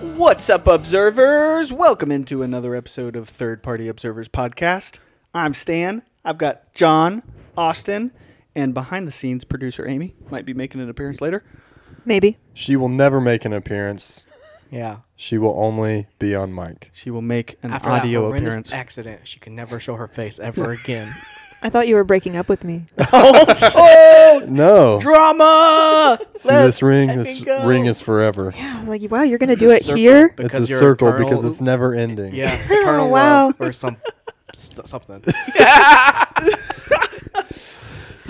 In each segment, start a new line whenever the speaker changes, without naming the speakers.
What's up, observers? Welcome into another episode of Third Party Observers Podcast. I'm Stan. I've got John, Austin, and behind the scenes producer Amy might be making an appearance later.
Maybe.
She will never make an appearance.
Yeah.
She will only be on mic.
She will make an
After that
audio
horrendous
appearance.
accident, she can never show her face ever again.
I thought you were breaking up with me.
No.
Drama.
See this ring? This ring is forever.
Yeah, I was like, wow, you're going to do it here?
It's a circle because it's never ending.
yeah, eternal
wow.
love or some st- something. I'm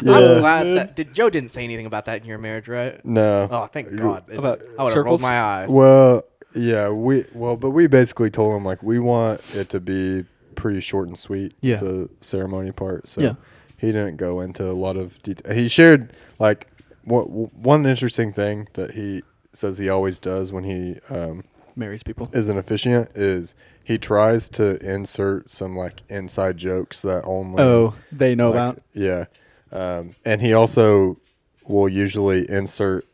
Yeah.
glad that did, Joe didn't say anything about that in your marriage, right?
No.
Oh, thank God. It's-
About
I would have
circles?
rolled my eyes.
Well, yeah, we well, but we basically told him like we want it to be pretty short and sweet.
Yeah.
The ceremony part. So
Yeah.
he didn't go into a lot of detail. He shared like what one interesting thing that he says he always does when he um,
Marries people.
is an officiant is he tries to insert some like inside jokes that only
Oh, they know
like,
about.
yeah um, and he also will usually insert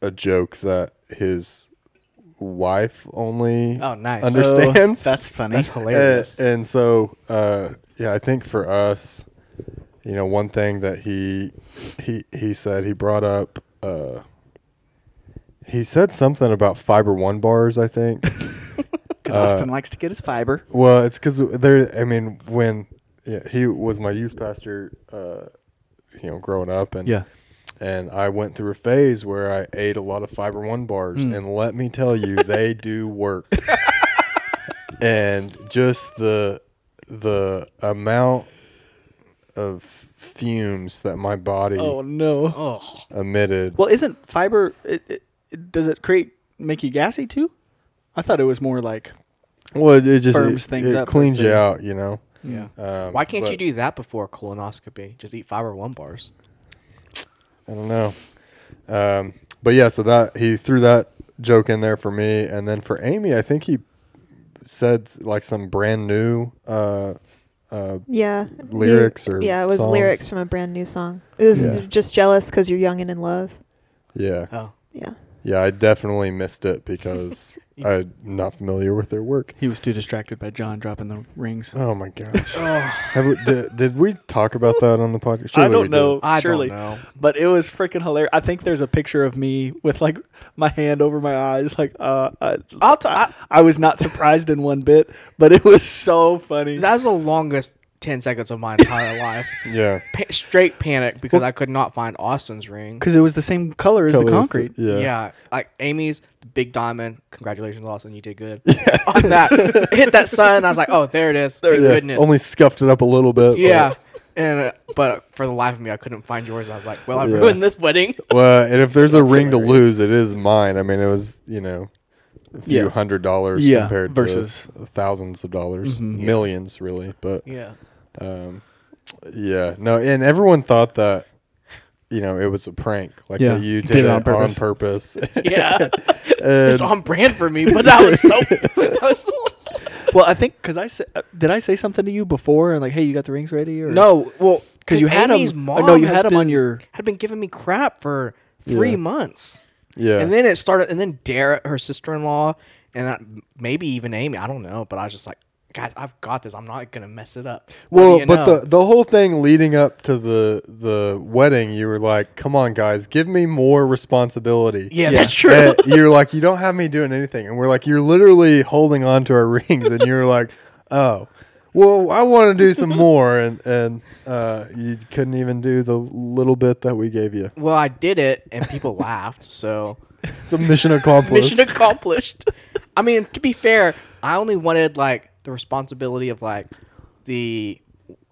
a joke that his wife only
Oh, nice.
understands
Oh, that's funny.
That's
Uh,
hilarious.
and so uh, yeah i think for us you know one thing that he he he said he brought up uh, he said something about fiber one bars i think
Because Austin likes to get his fiber.
Well, it's because there. I mean, when yeah, he was my youth pastor, uh, you know, growing up, and
Yeah.
and I went through a phase where I ate a lot of Fiber One bars,
Hmm.
and let me tell you, they do work. and just the the amount of fumes that my body
Oh, no.
oh,
emitted.
Well, isn't fiber? It, it, it- does it create make you gassy too? I thought it was more like
Well, it, it just
firms
it,
things
it
up,
cleans
doesn't
you
it?
out, you know.
yeah.
Um,
why can't
but
you do that before colonoscopy? Just eat fiber one bars.
I don't know. Um, but yeah, so that he threw that joke in there for me, and then for Amy, I think he said like some brand new. Uh, uh,
Yeah.
Lyrics
New-
or
Yeah, it was
songs?
lyrics from a brand new song. It was
Yeah.
just jealous because you're young and in love.
yeah,
Oh,
Yeah.
yeah, I definitely missed it because I'm not familiar with their work.
He was too distracted by John dropping the rings.
Oh my gosh! Have we, did, did we talk about that on the podcast?
I
Surely we
don't
did.
know.
I don't
surely.
know.
But it was freaking hilarious. I think there's a picture of me with like my hand over my eyes. Like, uh, I,
I'll t- I-
I was not surprised in one bit, but it was so funny.
that was the longest ten seconds of my entire life.
Yeah,
Pa- straight panic because I could not find Austin's ring.
Because it was the same color as the
Colors that-
concrete.
yeah.
Yeah. like Amy's the big diamond. Congratulations, Lawson, you did good. On that, it hit that sun. I was like, oh, there it is. Thank
Yeah,
goodness.
Only scuffed it up a little bit. but-
yeah. And uh, but for the life of me, I couldn't find yours. I was like, well, I
Yeah.
ruined this wedding.
Well, and if there's a
That's
ring to lose,
hilarious.
it is mine. I mean, it was you know a few
Yeah.
hundred dollars
Yeah,
compared
versus-
to thousands of dollars, millions really. But
Yeah.
um, yeah, no, and everyone thought that you know it was a prank, like
Yeah,
that you did,
did it
it
on
on
purpose.
purpose.
Yeah.
And-
it's on brand for me, but that was so. That was,
Well, I think because I said, uh, did I say something to you before and like, hey, you got the rings ready? Or
no, well,
because you had
Amy's
them.
Mom
no, you
has
had them on
been-
your.
had been giving me crap for three
Yeah.
months.
yeah,
And then it started, and then Dara, her sister in law, and that, maybe even Amy. I don't know, but I was just like, guys, I've got this. I'm not gonna mess it up. What do
Well,
you
but
know?
the the whole thing leading up to the the wedding, you were like, "Come on, guys, give me more responsibility."
yeah, that's true.
And you're like, "You don't have me doing anything," and we're like, "You're literally holding on to our rings," and you're like, "Oh, well, I want to do some more," and and uh, you couldn't even do the little bit that we gave you.
well, I did it, and people laughed. So
It's a mission accomplished.
mission accomplished. I mean, to be fair, I only wanted like the responsibility of like the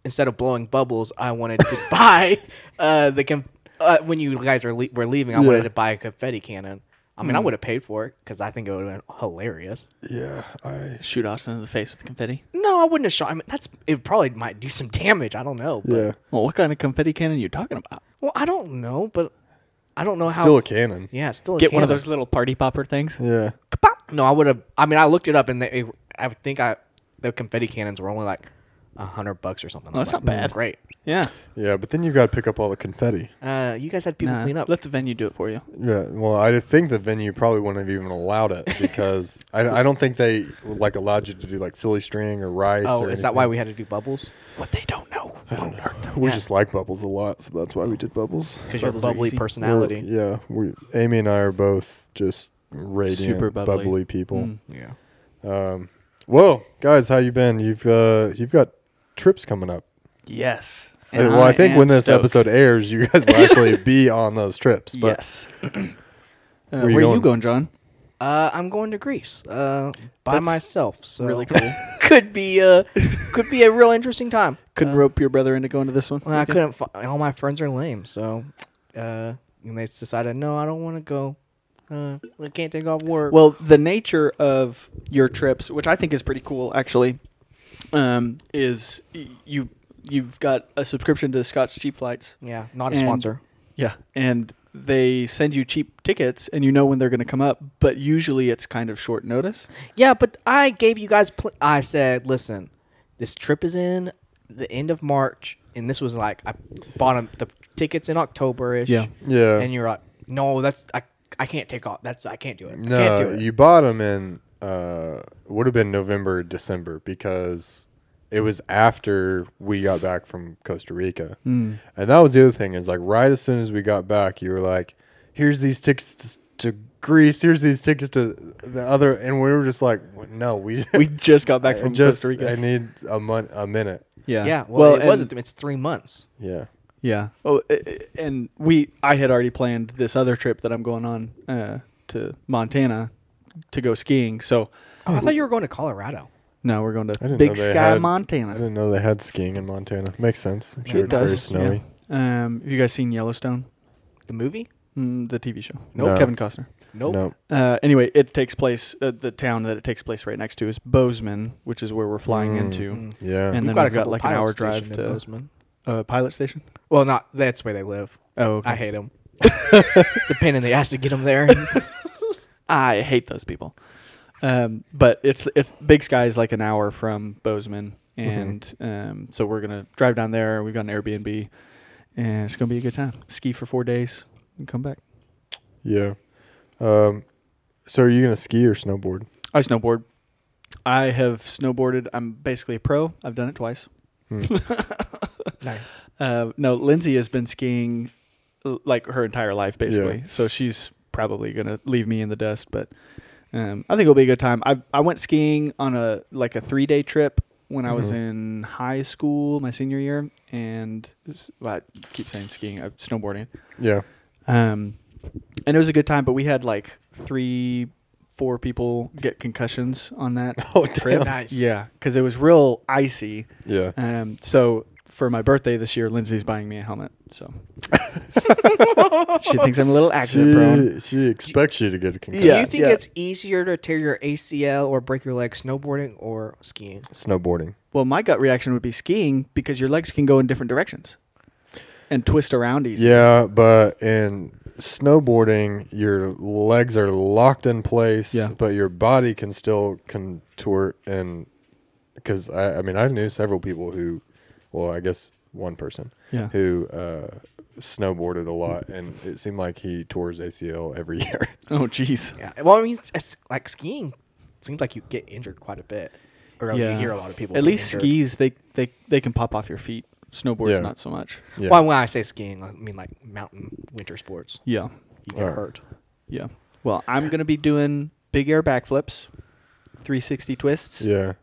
instead of blowing bubbles, I wanted to buy uh, the conf- uh, when you guys are le- were leaving, I
Yeah.
wanted to buy a confetti cannon. I mean, I would have paid for it because I think it would have been hilarious.
yeah, I
Shoot Austin in the face with confetti.
No, I wouldn't have shot. I mean, that's it. Probably might do some damage. I don't know. But,
yeah,
Well, what kind of confetti cannon are you talking about?
Well, I don't know, but I don't know how.
still a cannon.
yeah, still a
Get one of
cannon.
those little party popper things.
Yeah,
No, I would have. I mean, I looked it up, and they, I think I the confetti cannons were only like a hundred bucks or something.
Well, that's
I'm
not
like, "Mm,
bad.
Great.
Yeah.
Yeah, but then you've got to pick up all the confetti.
Uh, you guys had people
Nah,
clean up.
Let the venue do it for you.
Yeah, well, I think the venue probably wouldn't have even allowed it because I, I don't think they like allowed you to do like silly string or rice.
oh,
or
is that why we had to do bubbles?
What they don't know won't hurt them.
We
Yeah.
just like bubbles a lot, so that's why we did bubbles.
Because your
Bubbles are
bubbly
easy.
We're-
personality.
yeah, we Amy and I are both just radiant,
Super bubbly.
people.
Yeah.
Um, well, guys, how you been? You've uh, you've got trips coming up.
Yes.
Uh, well, I, think when this episode airs, you guys will actually be on those trips. But
yes. uh, where
you
are you
going?
going, John?
Uh, I'm going to Greece uh, by
That's
myself. So
really cool.
could be a could be a real interesting time.
Couldn't
Uh,
rope your brother into going to this one.
Well, I
with you?
couldn't. Fi- all my friends are lame, so uh, and they decided no, I don't want to go. Uh, I can't take off work.
Well, the nature of your trips, which I think is pretty cool, actually, um, is y- you you've got a subscription to Scott's Cheap Flights.
yeah, not a
and-
sponsor.
Yeah, and they send you cheap tickets, and you know when they're going to come up. But usually, it's kind of short notice.
Yeah, but I gave you guys. Pl- I said, listen, this trip is in the end of March, and this was like I bought 'em- the tickets in October ish.
Yeah.
Yeah.
And you're like, no, that's I. I can't take off. That's I can't do it. I can't do
no,
it.
you bought them in uh, would have been November, December because it was after we got back from Costa Rica,
Hmm.
and that was the other thing is like right as soon as we got back, you were like, "Here's these tickets to, to Greece. Here's these tickets to the other," and we were just like, "No, we."
We just got back
I
from
just,
Costa Rica.
I need a month, a minute.
yeah,
yeah. Well, it
and-
wasn't. It's three months.
Yeah.
Yeah. Oh, i- i- and we I had already planned this other trip that I'm going on uh, to Montana to go skiing. So
Oh, I thought you were going to Colorado.
now we're going
I didn't
to
know
Big
they
Sky,
had- I
Montana.
didn't know they had skiing in Montana. Makes sense. I'm sure it's very snowy.
yeah. Um, have you guys seen Yellowstone?
The movie?
Mm, the TV show.
Nope. No.
Kevin Costner.
Nope.
No.
Uh, anyway, it takes place. Uh, the town that it takes place right next to is Bozeman, which is where we're flying
Mm.
into.
Mm.
Yeah.
And
We've
then
got a
we've got
couple
like an
pilot
hour
stations
drive
in
to
Bozeman.
uh, pilot station.
Well, not that's where they live.
Oh, okay.
I hate them. it's a pain in the ass to get them there.
I hate those people. Um, but it's it's Big Sky is like an hour from Bozeman, and um, so we're gonna drive down there. We've got an Airbnb, and it's gonna be a good time. Ski for four days and come back.
Yeah. Um, so are you gonna ski or snowboard?
I snowboard. I have snowboarded. I'm basically a pro. I've done it twice.
Hmm.
nice.
Uh, no, Lindsay has been skiing l- like her entire life, basically. So she's probably gonna leave me in the dust, but um, I think it'll be a good time. I I went skiing on a like a three day trip when I was in high school, my senior year, and s- well, I keep saying skiing, uh, snowboarding.
Yeah.
Um, and it was a good time, but we had like three, four people get concussions on that.
Oh
trip.
Nice.
Yeah, because it was real icy.
Yeah.
Um, so for my birthday this year, Lindsay's buying me a helmet. So she thinks I'm a little accident prone.
She, she expects you to get a concussion.
Do
Yeah,
you think
yeah.
it's easier to tear your ACL or break your leg snowboarding or skiing?
Snowboarding.
Well, my gut reaction would be skiing because your legs can go in different directions and twist around easy.
Yeah, but in snowboarding, your legs are locked in place,
Yeah.
but your body can still contort and because I, I mean I knew several people who, well I guess one person
Yeah.
who uh, snowboarded a lot and it seemed like he tore his ACL every year.
Oh, jeez.
Yeah. Well, I mean, it's- it's like skiing seems like you get injured quite a bit, or you
Yeah.
hear a lot of people.
At
get
least
injured.
skis, they, they, they can pop off your feet. Snowboards,
Yeah.
not so much.
Yeah.
Well, when I say skiing, I mean like mountain winter sports.
Yeah.
You get
Alright.
hurt.
Yeah. Well, I'm going to be doing big air backflips, 360 twists.
yeah.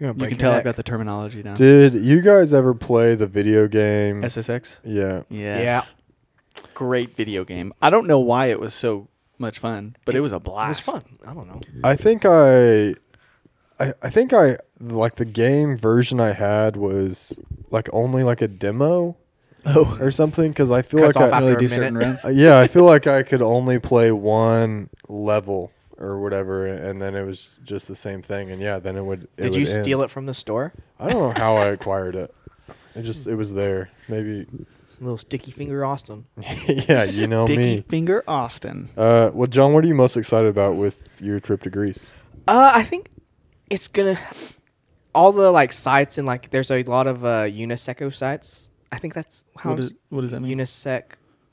You're gonna
You
break
can
your
tell I've
neck.
got the terminology down.
Did you guys ever play the video game?
SSX?
yeah.
Yes. Great video game. I don't know why it was so much fun, but it, was a
It
blast.
was fun. I don't know.
I think I, I, I think I like the game version I had was like only like a demo
Oh,
or something because I feel
Cuts
like
off
I,
after
really
a
do certain
minute.
rounds.
Uh, yeah I feel like I could only play one level or whatever, and then it was just the same thing, and yeah, then it would. It
Did you steal it from the store?
I don't know how I acquired it. It just it was there. Maybe,
Little sticky finger Austin.
yeah, you know
Dicky
me.
Finger Austin.
Uh, well, John, what are you most excited about with your trip to Greece?
Uh, I think it's gonna. all the like sites and like there's a lot of uh, uniseco sites. I think that's how
What
it's-
does what does that mean?
unisec.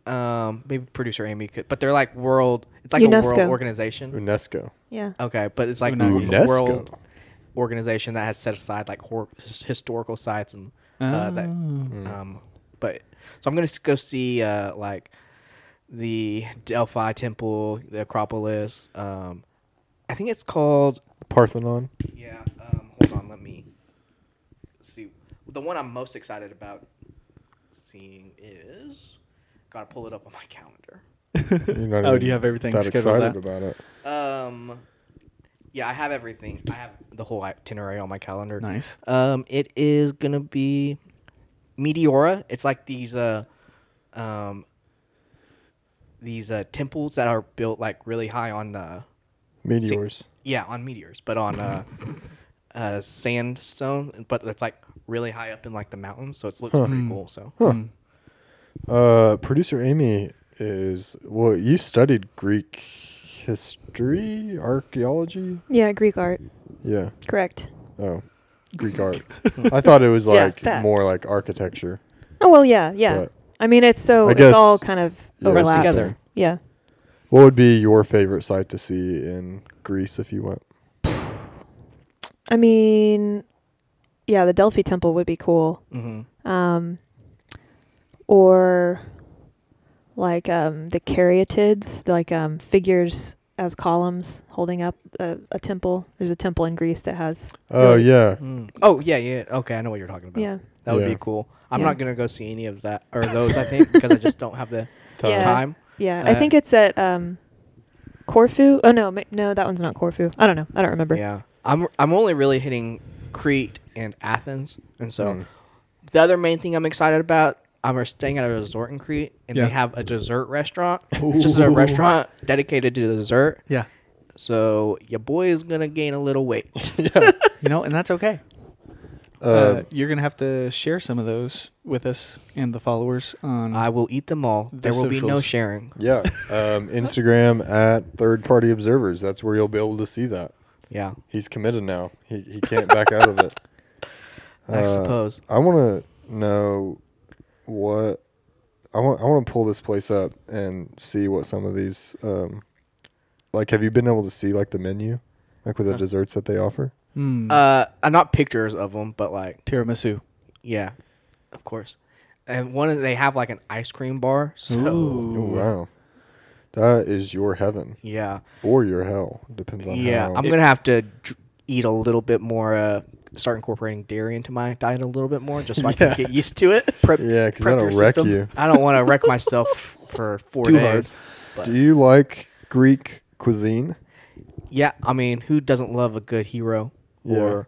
Um, maybe producer Amy could, but they're like world. It's like a
UNESCO.
world organization.
UNESCO.
Yeah.
Okay, but it's like
Unagi.
a
UNESCO.
world organization that has set aside like hor- his- historical sites and uh, that. Um, but so I'm gonna s- go see uh like the Delphi Temple, the Acropolis. Um, I think it's called
Parthenon.
yeah, um, hold on, let me see. The one I'm most excited about seeing is gotta pull it up on my calendar.
You're not
Oh, do
even
you have everything
that
scheduled out?
excited about it?
Um, yeah, I have everything. I have the whole itinerary on my calendar.
Nice.
Um, it is gonna be Meteora. It's like these uh, um, these uh temples that are built like really high on the
Meteors.
Yeah, on meteors, but on uh, uh, sandstone, but it's like really high up in like the mountains, so it looks pretty cool. So
hmm.
Uh, producer Amy is well. You studied Greek history, archaeology.
Yeah, Greek art.
Yeah.
Correct.
Oh, Greek art. I thought it was
Yeah,
like
that.
more like architecture.
Oh well, yeah, yeah.
But-
I mean, it's so
I
it's all
guess-
kind of
Yeah, it's
overlaps.
the same.
Yeah.
What would be your favorite site to see in Greece if you went?
I mean, yeah, the Delphi Temple would be cool.
hmm
Um, or like um, the caryatids, like um, figures as columns holding up a, a temple. There's a temple in Greece that has.
Oh
really-
yeah,
Mm-hmm.
oh yeah, yeah. Okay, I know what you're talking about.
Yeah.
that would
Yeah.
be cool. I'm
Yeah.
not gonna go see any of that or those, I think, because I just don't have the
Time.
Yeah.
time.
Yeah,
Uh,
I think it's at um, Corfu. Oh no, ma- no, that one's not Corfu. I don't know. I don't remember.
Yeah, I'm I'm only really hitting Crete and Athens, and so
Mm.
the other main thing I'm excited about. I'm staying at a resort in Crete, and
Yeah.
they have a dessert restaurant. It's just a
Ooh.
restaurant dedicated to dessert.
Yeah.
So your boy is gonna gain a little weight.
You know, and that's okay.
Uh,
Uh, you're gonna have to share some of those with us and the followers on.
I will eat them all. there will be no
socials.
sharing.
yeah. Um, Instagram at Third Party Observers. That's where you'll be able to see that.
Yeah,
He's committed now. He he can't back out of it.
I
Uh,
suppose.
I want to know what I want. I want to pull this place up and see what some of these um, like. Have you been able to see like the menu, like with the desserts that they offer?
Hmm.
Uh, uh, not pictures of them, but like
tiramisu.
yeah, of course. And one of they have like an ice cream bar. So
Oh, wow, that is your heaven
yeah,
or your hell, depends on
yeah.
how.
I'm gonna have to dr- eat a little bit more. Uh, start incorporating dairy into my diet a little bit more, just so I can get used to it. Prep,
Yeah, 'cause
prep
that'll
your
wreck you.
I don't want to wreck myself for four
Too hard.
days.
Do you like Greek cuisine?
Yeah, I mean, who doesn't love a good hero
Yeah.
or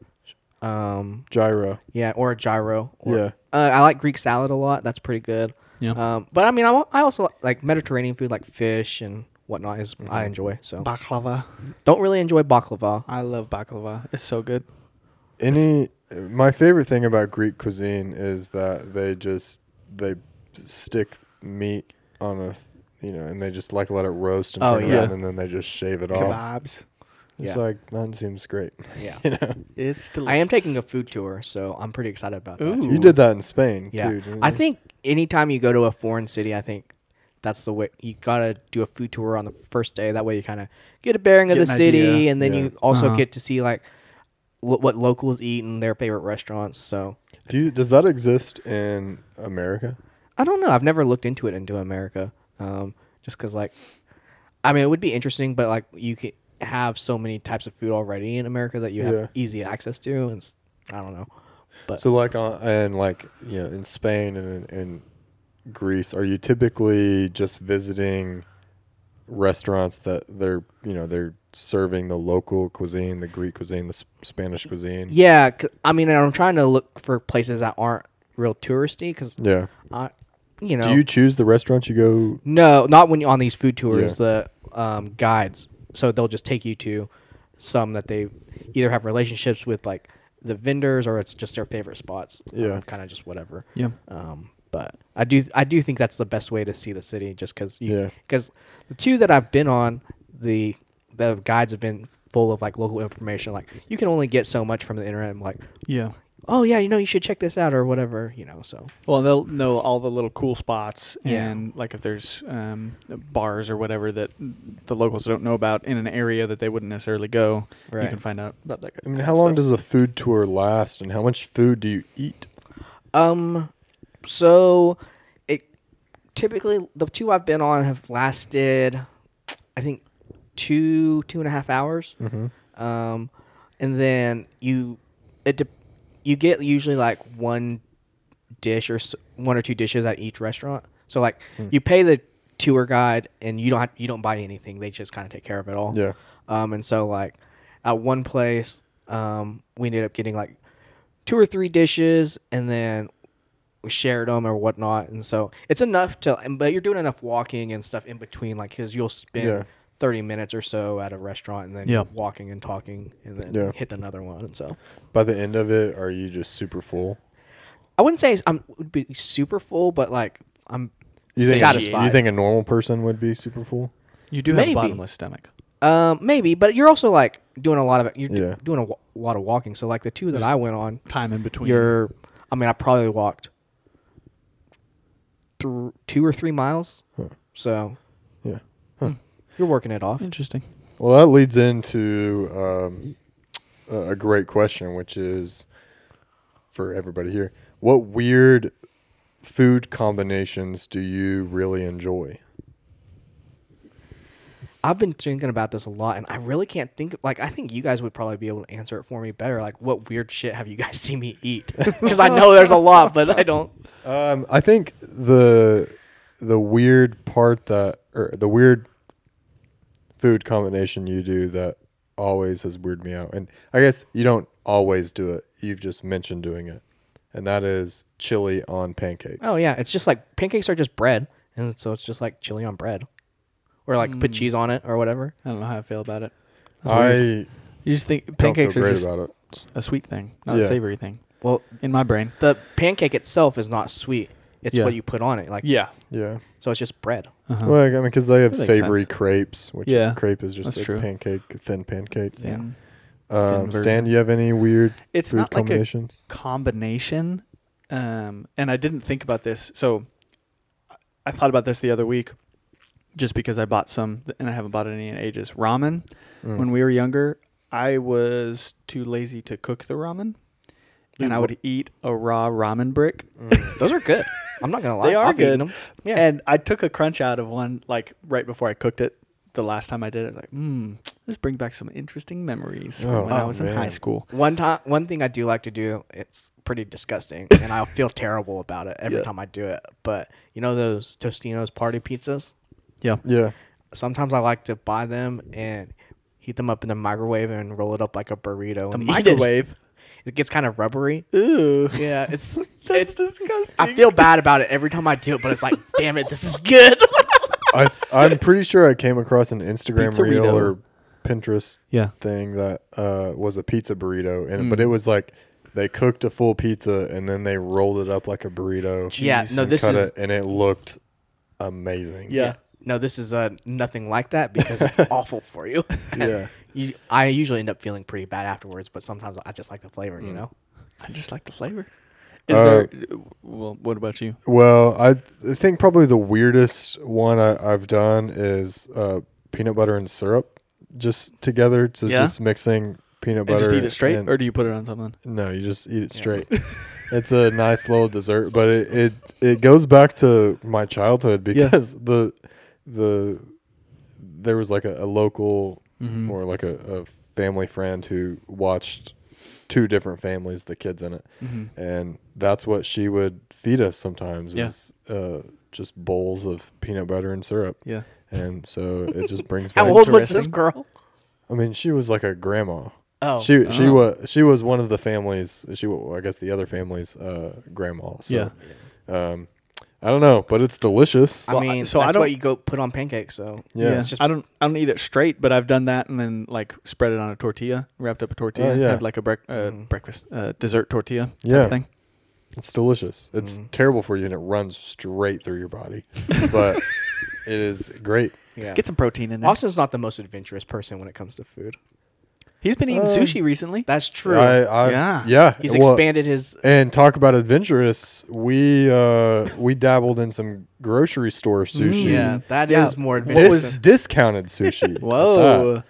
um
Gyro.
Yeah, or a gyro. Or,
Yeah.
Uh, I like Greek salad a lot. That's pretty good.
Yeah.
Um, but I mean, I, wa- I also like, like Mediterranean food, like fish and whatnot. Is I enjoy. So
Baklava.
don't really enjoy baklava.
I love baklava. It's so good.
Any my favorite thing about Greek cuisine is that they just they stick meat on a you know and they just like let it roast and
Oh,
turn
yeah.
around and then they just shave it off.
Kebabs.
It's
Yeah.
like that seems great.
Yeah.
you know,
It's delicious.
I am taking a food tour, so I'm pretty excited about that.
Ooh.
too.
you did that in Spain
Yeah.
too. didn't
I
you?
think anytime you go to a foreign city, I think that's the way you gotta do a food tour on the first day. That way you kind of get a bearing
Get
of the
an
city,
idea.
and then
Yeah.
you also
Uh-huh.
get to see like lo- what locals eat and their favorite restaurants. So
Do you, does that exist in America?
I don't know. I've never looked into it into America, um, just because like, I mean, it would be interesting, but like you could have so many types of food already in America that you have
Yeah.
easy access to, and it's, I don't know. But
So like on and like you know in Spain and in, in Greece, are you typically just visiting restaurants that they're you know they're serving the local cuisine, the Greek cuisine, the sp- Spanish cuisine?
yeah, 'cause- I mean, and I'm trying to look for places that aren't real touristy because
Yeah.
I, you know,
Do you choose the restaurants you go?
no, not when you're on these food tours, the um, guides. So they'll just take you to some that they either have relationships with, like the vendors, or it's just their favorite spots.
Yeah.
kind of just whatever.
Yeah.
Um, but I do I do think that's the best way to see the city, just because
Yeah.
because the two that I've been on the the guides have been full of like local information. Like you can only get so much from the internet. I'm like,
Yeah.
oh yeah, you know, you should check this out or whatever, you know. So
Well, they'll know all the little cool spots
Yeah.
and like if there's um, bars or whatever that the locals don't know about in an area that they wouldn't necessarily go. You
Right.
can find out about that.
I mean, how long does a food tour last, and how much food do you eat?
Um, so it typically the two I've been on have lasted, I think, two two and a half hours. Mm-hmm. Um, and then you it de- you get usually like one dish or s- one or two dishes at each restaurant. So like you pay the tour guide and you don't have, you don't buy anything. They just kind of take care of it all.
Yeah.
Um, and so like at one place, um, we ended up getting like two or three dishes, and then we shared them or whatnot. And so it's enough to, and- but you're doing enough walking and stuff in between, like because you'll spend.
Yeah.
30 minutes or so at a restaurant and then
Yeah.
walking and talking and then
Yeah.
hit another one and so
By the end of it, are you just super full?
I wouldn't say I'm would be super full, but like I'm
You think
satisfied.
you think a normal person would be super full?
You do have
Maybe.
a bottomless stomach.
um, maybe, but you're also like doing a lot of you're do-
Yeah.
doing a wa- lot of walking. So like the two that I went on,
Time in between.
you're I mean I probably walked thr two or three miles,
Huh.
so
Yeah.
you're working it off.
Interesting.
Well, that leads into um, a a great question, which is for everybody here: What weird food combinations do you really enjoy?
I've been thinking about this a lot, and I really can't think. Like, I think you guys would probably be able to answer it for me better. Like, what weird shit have you guys seen me eat? Because I know there's a lot, but I don't.
Um, I think the the weird part that or the weird food combination you do that always has weirded me out, and I guess you don't always do it. You've just mentioned doing it, and that is chili on pancakes.
Oh yeah, it's just like pancakes are just bread, and so it's just like chili on bread, or like put cheese on it or whatever.
I don't know how I feel about it.
I
You just think
don't feel
pancakes are
great
just
about it.
s- a sweet thing, not a
Yeah.
savory thing.
Well,
In my brain.
the pancake itself is not sweet; it's
Yeah.
what you put on it. Like
Yeah.
Yeah.
so it's just bread.
Uh-huh.
Well, I mean, because they have
That makes
savory
sense.
crepes, which
Yeah,
crepe is just
that's
a
true.
pancake, thin pancake.
Yeah.
Um,
version.
Stan, do you have any weird
It's
food
not like a-
combinations?
combination um and i didn't think about this so I- i thought about this the other week just because i bought some and i haven't bought any in ages ramen
Mm.
when we were younger i was too lazy to cook the ramen and i would eat a raw ramen brick
Mm.
Those are good. I'm not gonna lie.
They are
I've
good.
eaten them. Yeah.
and i took a crunch out of one like right before i cooked it the last time i did it I was like mm, this brings back some interesting memories from
Oh,
when i was in high
man.
school
one time, one thing I do like to do. It's pretty disgusting, and I feel terrible about it every
Yeah.
time I do it. But you know those Tostino's party pizzas.
yeah
Yeah.
Sometimes I like to buy them and heat them up in the microwave and roll it up like a burrito.
the
and eat it.
microwave
It gets kind of rubbery.
Ooh.
Yeah, it's
that's
it's.
disgusting
I feel bad about it every time I do it, but it's like, damn it, this is good.
I th- I'm pretty sure I came across an Instagram
Pizza
reel
burrito.
or Pinterest
yeah Mm.
thing that uh, was a pizza burrito, and but it was like they cooked a full pizza and then they rolled it up like a burrito.
Yeah,
and
no, this
cut
is-
it, and it looked amazing.
Yeah.
No, this is uh, nothing like that because it's awful for you.
Yeah.
You, I usually end up feeling pretty bad afterwards, but sometimes I just like the flavor,
Mm.
you know.
I just like the flavor. Is
Uh,
there? Well, what about you?
Well, I th- think probably the weirdest one I, I've done is uh, peanut butter and syrup just together. So
Yeah?
just mixing peanut
And
butter.
just eat it straight,
and-
or do you put it on something?
no, you just eat it straight. it's a nice little dessert, but it, it it goes back to my childhood
Yeah.
because the the there was like a, a local
Mm-hmm.
or like a, a family friend who watched two different families, the kids in it,
Mm-hmm.
and that's what she would feed us sometimes
Yeah.
is uh, just bowls of peanut butter and syrup.
Yeah.
And so it just brings
How
back-
old was this
Interesting.
girl?
I mean, she was like a grandma.
Oh.
she she
Oh.
was she was one of the families. She wa- I guess the other family's uh, grandma. So, Um, I don't know, but it's delicious.
I
Well, I-
mean,
so
so
I
that's
don't-
what you go put on pancakes. So
Yeah.
it's just
I don't. I don't eat it straight, but I've done that, and then like spread it on a tortilla, wrapped up a tortilla,
yeah.
had like a brec- uh, breakfast uh, dessert tortilla. type
Yeah.
thing.
It's delicious. It's
Mm-hmm.
terrible for you, and it runs straight through your body, but it is great.
yeah.
Get some protein in it.
Austin's not the most adventurous person when it comes to food.
He's been eating sushi recently.
That's true.
I, I,
Yeah.
yeah,
He's
well,
expanded his.
And talk about adventurous. We uh, we dabbled in some grocery store sushi.
Yeah, that is
Mm, Yeah.
more
What
Dis-
adventurous.
discounted sushi.
Whoa.
At
That,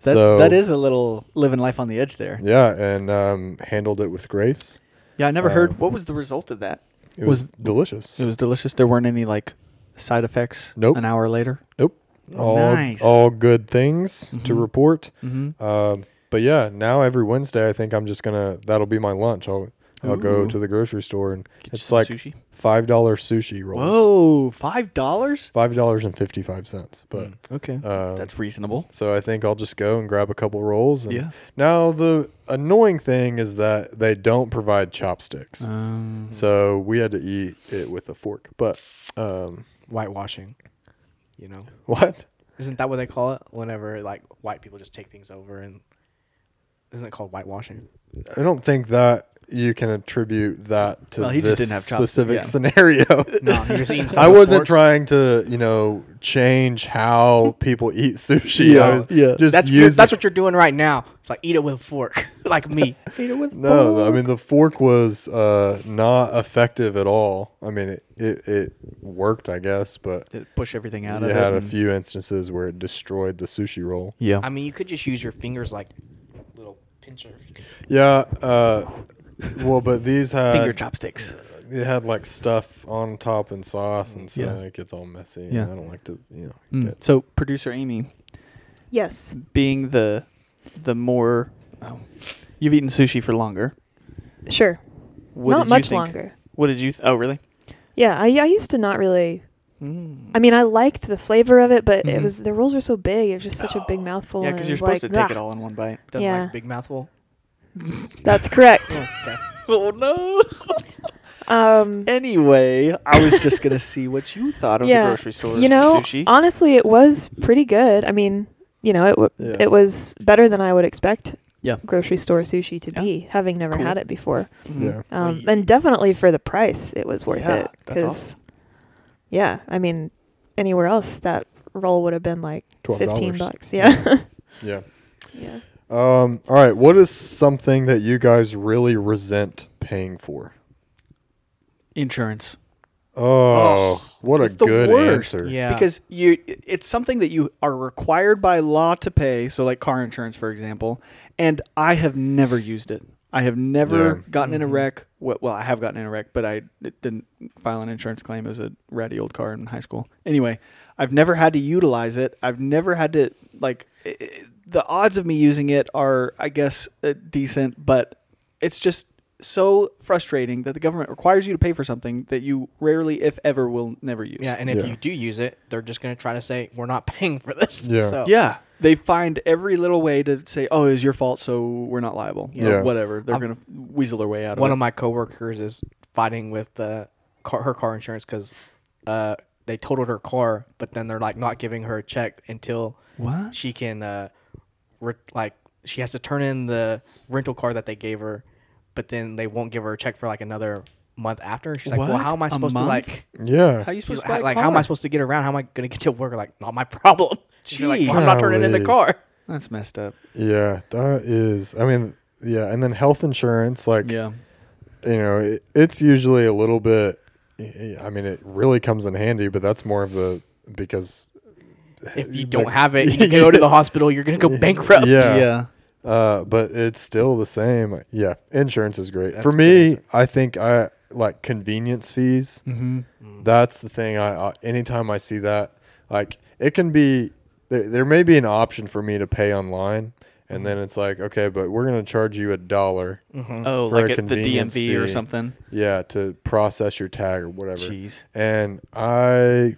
that. So-
that is a little living life on the edge there.
that. Yeah, and um, handled it with grace.
Yeah, I never
Uh,
heard. What was the result of that?
It was,
Was-
delicious.
It was delicious. There weren't any like side effects.
Nope.
An hour later.
nope. All
Nice.
all good things to report.
Mm-hmm.
Um, but yeah, now every Wednesday I think I'm just gonna that'll be my lunch. I'll I'll
Ooh.
go to the grocery store and
you
it's
some
like
sushi.
five dollar sushi rolls.
Whoa, five dollars.
Five dollars and fifty five cents. But
Mm, Okay,
um,
that's reasonable.
So I think I'll just go and grab a couple rolls. And
Yeah.
Now the annoying thing is that they don't provide chopsticks,
Um,
so we had to eat it with a fork. But um,
whitewashing. You know,
what?
isn't that what they call it? Whenever like white people just take things over and isn't it called whitewashing?
I don't think that you can attribute that to
Well, he
this
just didn't have chopsticks,
specific
yeah.
scenario.
No, you're just eating
I
something with
wasn't
forks.
trying to, you know, change how people eat sushi.
Yeah,
I was
yeah.
just
That's
using,
that's what you're doing right now. It's like eat it with a fork, like me.
No, I mean the fork was uh, not effective at all. I mean it, it, it worked, I guess, but
to push everything out of
you
it.
had a
and-
few instances where it destroyed the sushi roll.
Yeah.
I mean, you could just use your fingers like little pincers.
Yeah. Uh, well, but these had uh,
Finger chopsticks.
it had like stuff on top and sauce, and so
Yeah.
like it's all messy.
Yeah.
and I don't like to, you know.
Mm.
Get,
So producer Amy,
Yes.
being the the more oh, you've eaten sushi for longer.
Sure.
What
Not
did you
much
think-
longer.
What did you? Th- oh, really?
Yeah, I, I used to not really.
Mm.
I mean, I liked the flavor of it, but
Mhm.
it was the rolls were so big. It was just such a big mouthful.
Oh. Yeah,
and
because
it
you're
was
supposed to
like,
take it
"Ugh."
all in one bite.
Doesn't
Yeah.
like big mouthful.
That's correct.
Okay.
Oh no.
um,
anyway, I was just gonna see what you thought of
yeah,
the grocery store
You know,
sushi.
honestly, it was pretty good. I mean, you know, it w-
Yeah.
it was better than I would expect.
Yeah.
Grocery store sushi to
Yeah.
be, having never
Cool.
had it before,
yeah.
Well,
um,
you-
and definitely for the price, it was worth
Yeah,
it.
that's
'cause,
awesome.
Yeah, I mean, anywhere else that roll would have been like fifteen
$12.
bucks. Yeah.
Yeah.
yeah.
Um. All right. What is something that you guys really resent paying for?
insurance.
Oh, what a
it's the
good
worst.
answer.
Yeah.
because you it's something that you are required by law to pay so like car insurance for example and i have never used it i have never
Yeah.
gotten in a wreck well, well i have gotten in a wreck but i d- didn't file an insurance claim as a ratty old car in high school anyway i've never had to utilize it i've never had to like i i the odds of me using it are i guess uh, decent but it's just so frustrating that the government requires you to pay for something that you rarely if ever will never use
Yeah, and if
Yeah.
you do use it, they're just gonna try to say we're not paying for this.
Yeah.
So,
Yeah. They find every little way to say, "Oh, it's your fault, so we're not liable." Yeah.
Yeah.
whatever. They're
I've-
gonna weasel their way out of
One
it.
of my coworkers is fighting with uh, car, her car insurance because uh, they totaled her car, but then they're like not giving her a check until
What?
she can uh, re- like she has to turn in the rental car that they gave her, but then they won't give her a check for like another month after. She's like, well,
What?
how am I
A
supposed to
month?
like?
Yeah.
How are you
She's
supposed
like,
to buy
"How-
a
like, how am I
car?
supposed to get around? How am I gonna get to work? Like, not my problem. She's like, well, I'm not turning in the
Jeez.
car.
That's messed up.
Yeah, that is. I mean, yeah, and then health insurance, like
Yeah.
you know, it, it's usually a little bit. eh, I mean, it really comes in handy, but that's more of the because.
If you
Like-
don't have it, you go to the hospital. You're gonna go bankrupt.
Yeah. Uh, but it's still the same. Yeah, insurance is great
That's
for
a good
me.
answer.
I think I like convenience fees.
Mm-hmm.
That's the thing. I, I anytime I see that, like it can be there, there may be an option for me to pay online,
Mm-hmm.
and then it's like okay, but we're gonna charge you a dollar.
Oh,
For a
like at the DMV
convenience
or
fee.
something.
Yeah, to process your tag or whatever.
Jeez.
And I,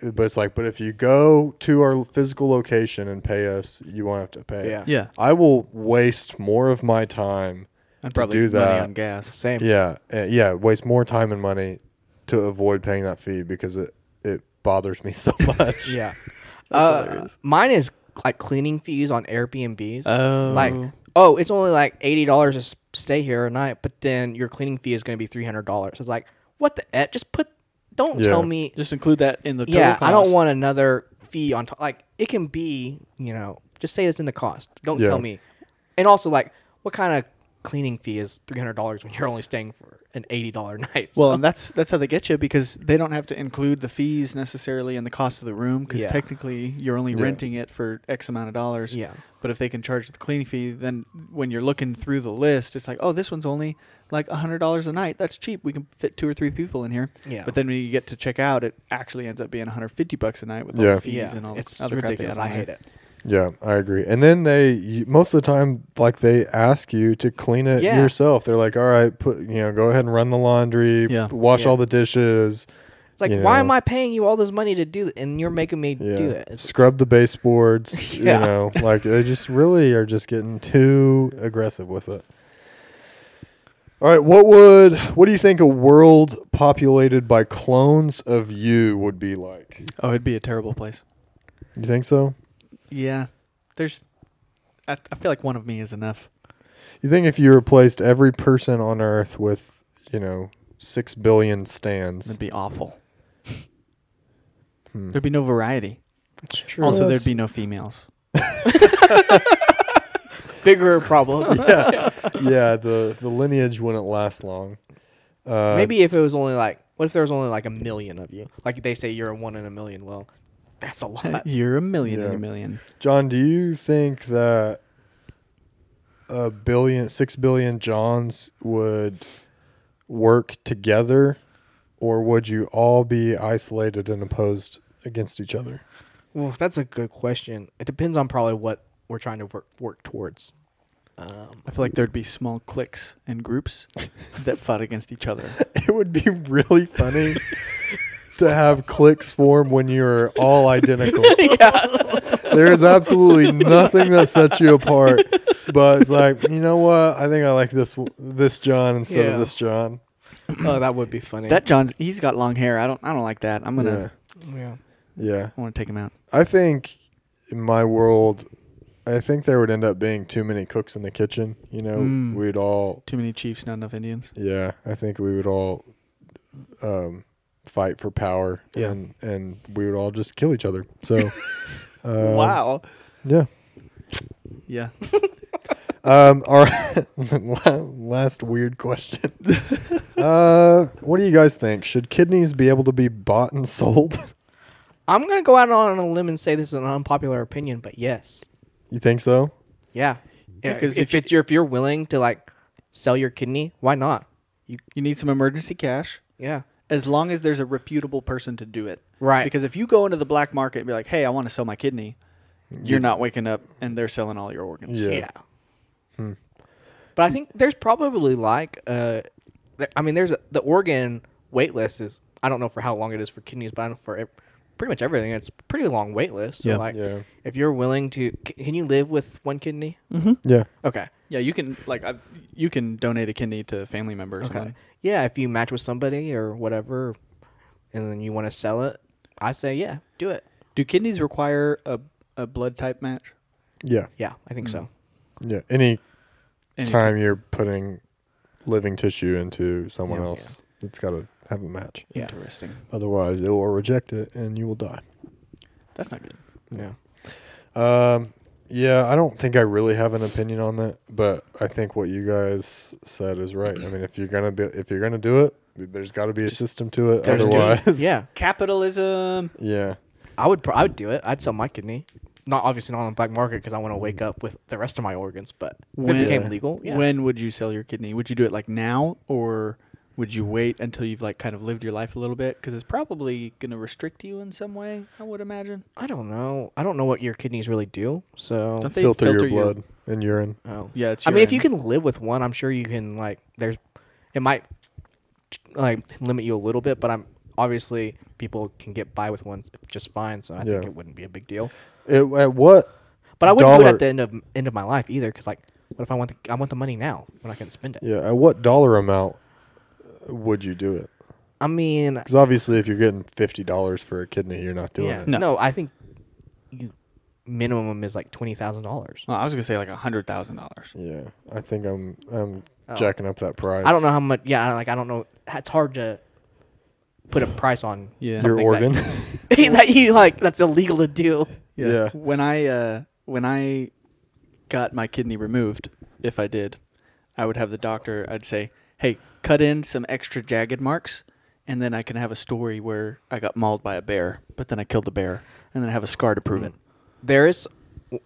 but it's like, but if you go to our physical location and pay us, you won't have to pay.
Yeah.
Yeah.
I will waste more of my time.
I'd
To
probably
do
money
that.
on gas.
Same.
Yeah, uh, yeah, waste more time and money to avoid paying that fee because it it bothers me so much.
Yeah.
That's
Uh,
hilarious.
Mine is like cleaning fees on Airbnbs.
Oh.
Like, oh, it's only like eighty dollars to s- stay here a night, but then your cleaning fee is going to be three hundred dollars. It's like, what the? Eh? Just put. Don't
Yeah.
tell me.
just include that in the total
yeah, I don't
cost.
want another fee on top. Like, it can be, you know, just say it's in the cost. Don't
Yeah.
tell me. And also, like, what kind of cleaning fee is three hundred dollars when you're only staying for an eighty dollar night?
Well,
So-
and that's that's how they get you because they don't have to include the fees necessarily in the cost of the room because
Yeah.
technically you're only renting it for X amount of dollars.
Yeah.
But if they can charge the cleaning fee, then when you're looking through the list, it's like, oh, this one's only like hundred dollars a night. That's cheap. We can fit two or three people in here.
Yeah.
But then when you get to check out, it actually ends up being 150 bucks a night with all
Yeah.
the fees
yeah,
and all
it's
the other
ridiculous.
crap
I
they add on
hate
there.
it.
Yeah, I agree. And then they you- most of the time like they ask you to clean it
Yeah.
yourself. They're like, "All right, put you know, go ahead and run the laundry,
Yeah.
wash
Yeah.
all the dishes,
It's like,
you
why
know.
am I paying you all this money to do it, and you're making me
yeah,
do it? It's-
scrub the baseboards."
Yeah.
You know, like they just really are just getting too aggressive with it. All right, what would what do you think a world populated by clones of you would be like?
Oh, it'd be a terrible place.
You think so?
Yeah. There's. I, I feel like one of me is enough.
You think if you replaced every person on Earth with, you know, six billion stands,
It'd be awful.
Hmm.
There'd be no variety.
It's true.
Also,
That's-
there'd be no females.
bigger problem.
yeah, yeah, the the lineage wouldn't last long. Uh,
Maybe if it was only like, what if there was only like a million of you? Like they say you're a one in a million. Well, that's a lot.
You're a million and
Yeah.
a million.
John, do you think that a billion, six billion Johns would work together, or would you all be isolated and opposed against each other?
well, that's a good question. It depends on probably what we're trying to work work towards. Um,
I feel like there'd be small cliques and groups that fought against each other.
It would be really funny to have cliques form when you're all identical. There is absolutely nothing that sets you apart. But it's like, you know what? I think I like this this John instead
Yeah.
of this John.
oh, that would be funny.
That John's he's got long hair. I don't I don't like that. I'm gonna
yeah.
Yeah.
I want to take him out.
I think in my world I think there would end up being too many cooks in the kitchen, you know.
Mm.
We'd all
Too many chiefs, not enough Indians.
Yeah, I think we would all um, fight for power,
Yeah.
and and we would all just kill each other. So, uh,
wow.
yeah.
Yeah.
Um, all right, La- last weird question. uh, what do you guys think? Should kidneys be able to be bought and sold?
I'm gonna go out on a limb and say this is an unpopular opinion, but yes,
you think so?
yeah,
Yeah, 'cause
Because
if
if, it's your if you're willing to like sell your kidney, why not?
You need some emergency cash.
Yeah,
As long as there's a reputable person to do it.
right.
Because if you go into the black market and be like, hey, I want to sell my kidney, you're not waking up and they're selling all your organs.
Yeah.
Yeah. But I think there's probably like, uh, th- I mean, there's a, the organ wait list is I don't know for how long it is for kidneys, but I know for ev- pretty much everything it's a pretty long wait list. So
Yeah.
like,
Yeah.
if you're willing to, c- can you live with one kidney?
Hmm?
Yeah.
Okay.
Yeah, you can like I, you can donate a kidney to family members.
Okay. Yeah, if you match with somebody or whatever, and then you want to sell it, I say yeah, do it.
Do kidneys require a, a blood type match?
Yeah.
Yeah, I think so.
Yeah. Any
Any-
time you're putting living tissue into someone
Yeah.
else, it's got to have a match.
Yeah.
Interesting.
Otherwise, it will reject it, and you will die.
That's not good.
Yeah. Um, yeah, I don't think I really have an opinion on that, but I think what you guys said is right. I mean, if you're gonna be, if you're gonna do it, there's got to be a system to it.
gotta do it.
Otherwise,
Yeah,
Capitalism.
yeah,
I would. Pr- I would do it. I'd sell my kidney. Not obviously not on the black market because I want to wake up with the rest of my organs. But if
When-
it became legal, yeah.
When would you sell your kidney? Would you do it like now, or would you wait until you've like kind of lived your life a little bit? Because it's probably going to restrict you in some way. I would imagine.
I don't know. I don't know what your kidneys really do. So
Don't They
filter,
filter
your
you.
blood and urine.
oh.
Yeah, it's
I mean, if you
urine.
can live with one, I'm sure you can. Like, there's, it might like limit you a little bit, but I'm obviously people can get by with one just fine. So I think
Yeah.
it wouldn't be a big deal.
It, at what?
But I wouldn't do it
Dollar-
at the end of end of my life either, because like, what if I want the I want the money now when I can spend it?
Yeah, at what dollar amount would you do it?
I mean,
Because obviously, if you're getting fifty dollars for a kidney, you're not doing
yeah,
it.
No.
no. I think you minimum is like twenty thousand dollars.
Well, I was going to say like a hundred thousand dollars.
Yeah, I think I'm I'm
Oh.
jacking up that price.
I don't know how much. Yeah, like I don't know. It's hard to put a price on
Yeah.
your
something that-
organ.
that you like that's illegal to do.
Yeah.
When I uh, when I got my kidney removed, if I did, I would have the doctor. I'd say, "Hey, cut in some extra jagged marks, and then I can have a story where I got mauled by a bear, but then I killed the bear, and then I have a scar to prove
Mm.
it."
There is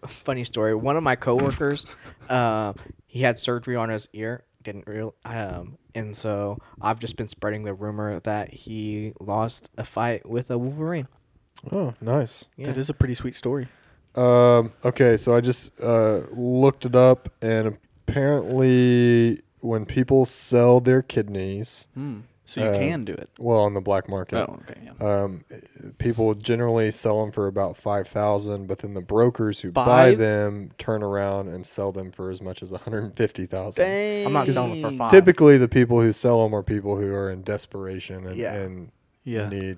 funny story. One of my coworkers, uh, he had surgery on his ear. Didn't real, um, and so I've just been spreading the rumor that he lost a fight with a Wolverine.
Oh, nice.
Yeah.
That is a pretty sweet story.
Um, okay, so I just uh, looked it up, and apparently, when people sell their kidneys,
Mm. So you
Uh,
can do it.
well, on the black market,
Oh, okay. Yeah.
um, people generally sell them for about five thousand, but then the brokers who buy
Five?
them turn around and sell them for as much as one hundred fifty thousand.
Dang.
I'm not selling it for five.
Typically, the people who sell them are people who are in desperation and,
Yeah.
and
Yeah.
need.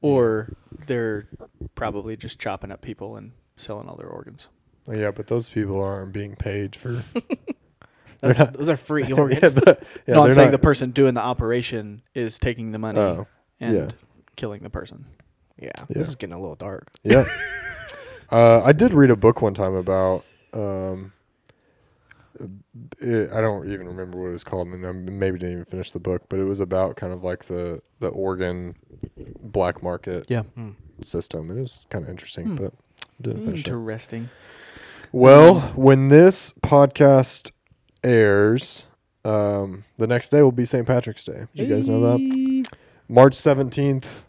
Or they're probably just chopping up people and selling all their organs.
Yeah, but those people aren't being paid for.
Those, those are
Oh,
free organs.
yeah,
no, I'm
they're
saying
not-
the person doing the operation is taking the money
Oh,
and
yeah.
killing the person.
yeah,
Yeah.
this is getting a little dark.
Yeah. uh, I did read a book one time about. Um, it, I don't even remember what it was called, and I maybe didn't even finish the book. But it was about kind of like the the organ black market
Yeah.
system. It was kind of
Hmm.
interesting, but didn't finish it.
Interesting.
Well, when this podcast airs, um, the next day will be St. Patrick's Day. Did you guys know that? March seventeenth,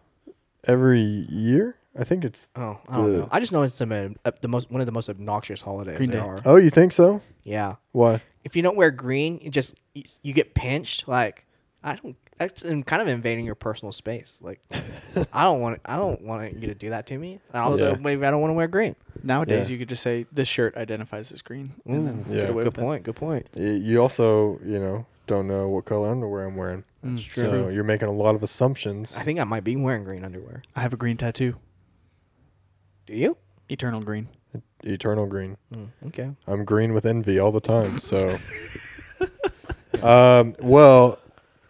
every year. I think it's.
Oh, I don't
The-
know. I just know it's the, uh, the most one of the most obnoxious holidays
Green
there
Day.
are.
Oh, you think so?
Yeah,
Why?
if you don't wear green, you just you, you get pinched. Like I don't. That's in- kind of invading your personal space. Like I don't want. I don't want you to do that to me. And also,
Yeah.
maybe I don't want to wear green.
Nowadays,
Yeah. Mm,
you could just say this shirt identifies as green. and then
Ooh,
get
yeah.
away
Mm, Good
with it.
point. Good point.
Y- You also, you know, don't know what color underwear I'm wearing.
That's
So you're making a lot of assumptions.
I think I might be wearing green underwear.
I have a green tattoo.
Do you?
Eternal green.
Eternal green.
Okay.
I'm green with envy all the time. So, um, well,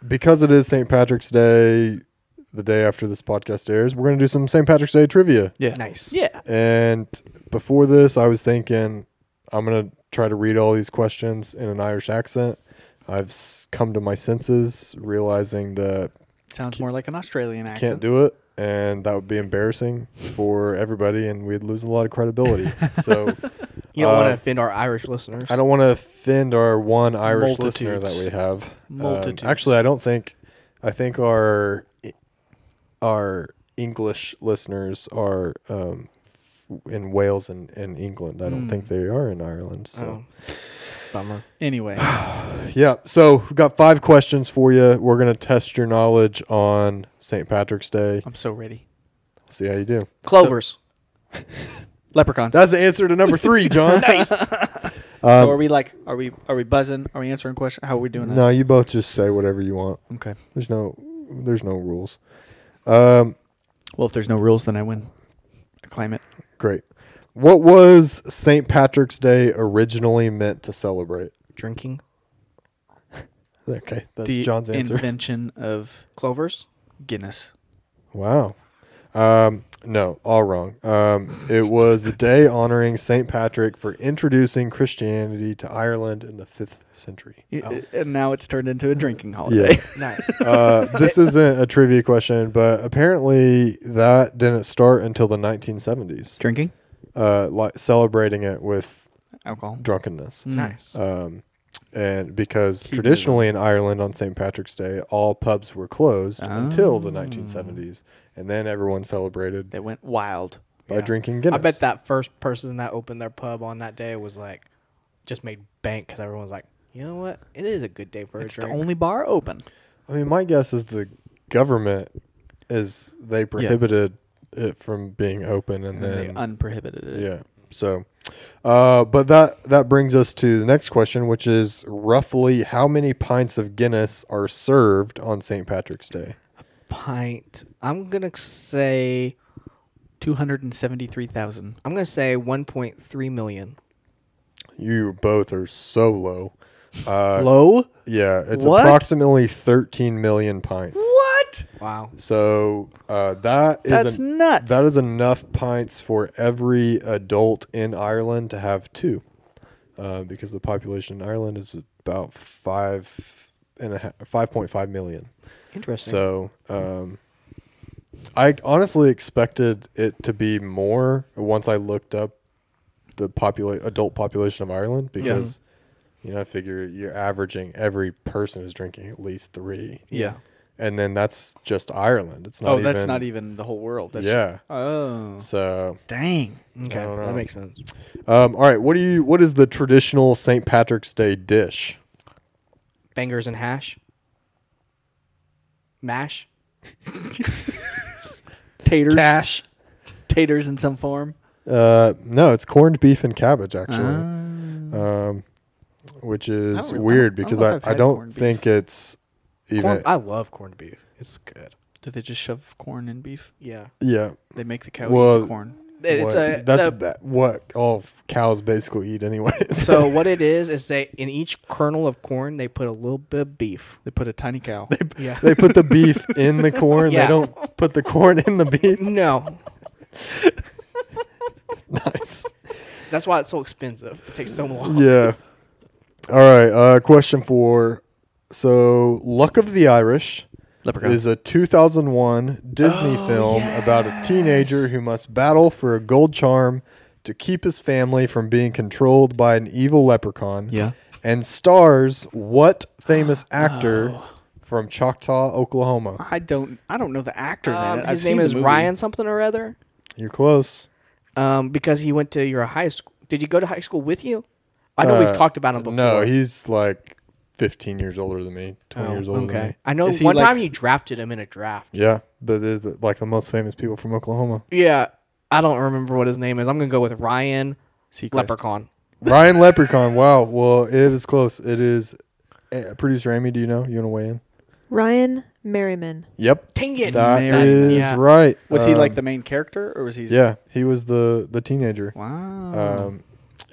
because it is St. Patrick's Day, the day after this podcast airs, we're gonna do some St. Patrick's Day trivia.
Yeah.
Nice.
Yeah.
And before this, I was thinking I'm gonna try to read all these questions in an Irish accent. I've s- come to my senses, realizing that
Sounds more like an Australian accent.
can't do it and that would be embarrassing for everybody and we'd lose a lot of credibility so
You don't want to
Uh,
offend our Irish listeners.
i don't want to offend our one irish listener that
Multitudes.
we have Um,
Multitudes.
actually i don't think i think our our english listeners are um, in wales and, and england i don't
Hmm.
think they are in ireland so
Oh. Bummer.
Anyway, Oh.
yeah. So we've got five questions for you. We're gonna test your knowledge on St. Patrick's Day.
I'm so ready.
See how you do.
Clovers.
Leprechauns.
That's the answer to number three, John. Um,
so are we like? Are we? Are we buzzing? Are we answering questions? How are we doing? That?
No, you both just say whatever you want.
Okay.
There's no there's no rules. Um
Well, if there's no rules, then I win. I claim it.
great. What was St. Patrick's Day originally meant to celebrate?
Drinking.
Okay, that's
the
John's answer.
invention of
Clovers.
Guinness.
wow. Um no, all wrong. Um it was the day honoring St. Patrick for introducing Christianity to Ireland in the 5th century.
uh, And now it's turned into a drinking holiday.
Nice.
Uh, this isn't a trivia question, but apparently that didn't start until the 1970s.
drinking?
uh, li- celebrating it with
Alcohol. Mm.
drunkenness.
nice.
Um, and because
it
traditionally in Ireland on St. Patrick's Day, all pubs were closed until
Ah.
the 1970s, and then everyone celebrated
They went wild.
by
Yeah.
drinking Guinness.
I bet that first person that opened their pub on that day was like, just made bank because everyone's like, you know what? It is a good day for
It's
a
the
drink.
only bar open.
I mean, my guess is the government is they prohibited it from being open, and
They
then
unprohibited it.
yeah. So, uh, but that that brings us to the next question, which is roughly how many pints of Guinness are served on St. Patrick's Day?
Pint. I'm gonna say.
273,000.
I'm gonna say 1.3 million.
You both are so low. Uh,
Low?
Yeah, it's
What?
approximately 13 million pints.
What?
Wow.
So uh, that is
That's
en-
nuts.
That is enough pints for every adult in Ireland to have two. uh, because the population in Ireland is about five and a half, 5.5 million.
Interesting.
So um, I honestly expected it to be more once I looked up the popula- adult population of Ireland because you know I figure you're averaging every person is drinking at least three,
Yeah.
and then that's just Ireland. It's not
Oh,
even,
that's not even the whole world. That's
yeah.
Oh.
So
Dang.
okay,
don't know.
that makes sense.
um, all right, what do you what is the traditional St. Patrick's Day dish?
Bangers and hash. Mash.
Taters. Taters in some form.
Uh, no, it's corned beef and cabbage actually.
Ah.
um, which is
don't really-
weird
I don't- I don't
because
know if
I,
I've
I
had
don't
corned beef.
think it's even
Corn, I love corned beef. It's good.
Do they just shove corn in beef?
Yeah.
yeah.
They make the cow eat
Well-
the corn.
It's
what-
a,
that's
the-
ba- what all f- cows basically eat anyway.
so what it is is they in each kernel of corn they put a little bit of beef.
They put a tiny cow.
Yeah.
they put the beef in the corn.
Yeah.
They don't put the corn in the beef.
no.
nice.
That's why it's so expensive. It takes so long.
Yeah. All right. Uh, question four. So, Luck of the Irish
Leprechaun.
is a 2001 Disney
Oh,
film about a teenager who must battle for a gold charm to keep his family from being controlled by an evil leprechaun.
Yeah.
And stars what famous actor
Oh.
from Choctaw, Oklahoma?
I don't. I don't know the actors in
Um,
it. I've
his name
seen the
is
movie.
Ryan something or other.
You're close.
Um, because he went to your high school. Did you go to high school with you? I know
Uh,
we've talked about him before. Oh,
No, he's like 15 years older than me, 20 years older than me.
okay. I know
Is he
one
like-
time you drafted him in a draft.
Yeah, but they're the, like the most famous people from Oklahoma.
Yeah, I don't remember what his name is. I'm gonna go with Ryan
Seacrest.
Leprechaun.
Ryan Leprechaun. Wow. Well, it is close. It is. Uh, Producer Amy, do you know? You want to weigh in?
Ryan Merriman.
Yep.
Dang it!
That
Mary.
is
Yeah.
right.
Was he like
Um,
the main character, or was he?
Yeah, he was the the teenager.
Wow.
Um,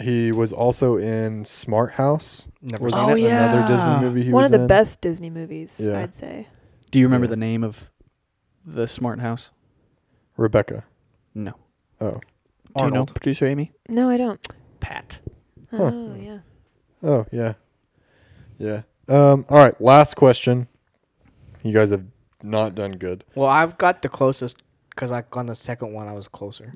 he was also in Smart House.
Never
was
seen
another
it. Oh, yeah.
Disney movie he
One
was
of the
in.
best Disney movies,
Yeah.
I'd say.
Do you remember
yeah.
the name of the smart house?
Rebecca.
No.
Oh.
Do you know producer Amy?
No, I don't.
Pat.
Huh.
Oh, yeah.
Oh yeah. Yeah. Um. All right. Last question. You guys have not done good.
Well, I've got the closest because I on the second one I was closer.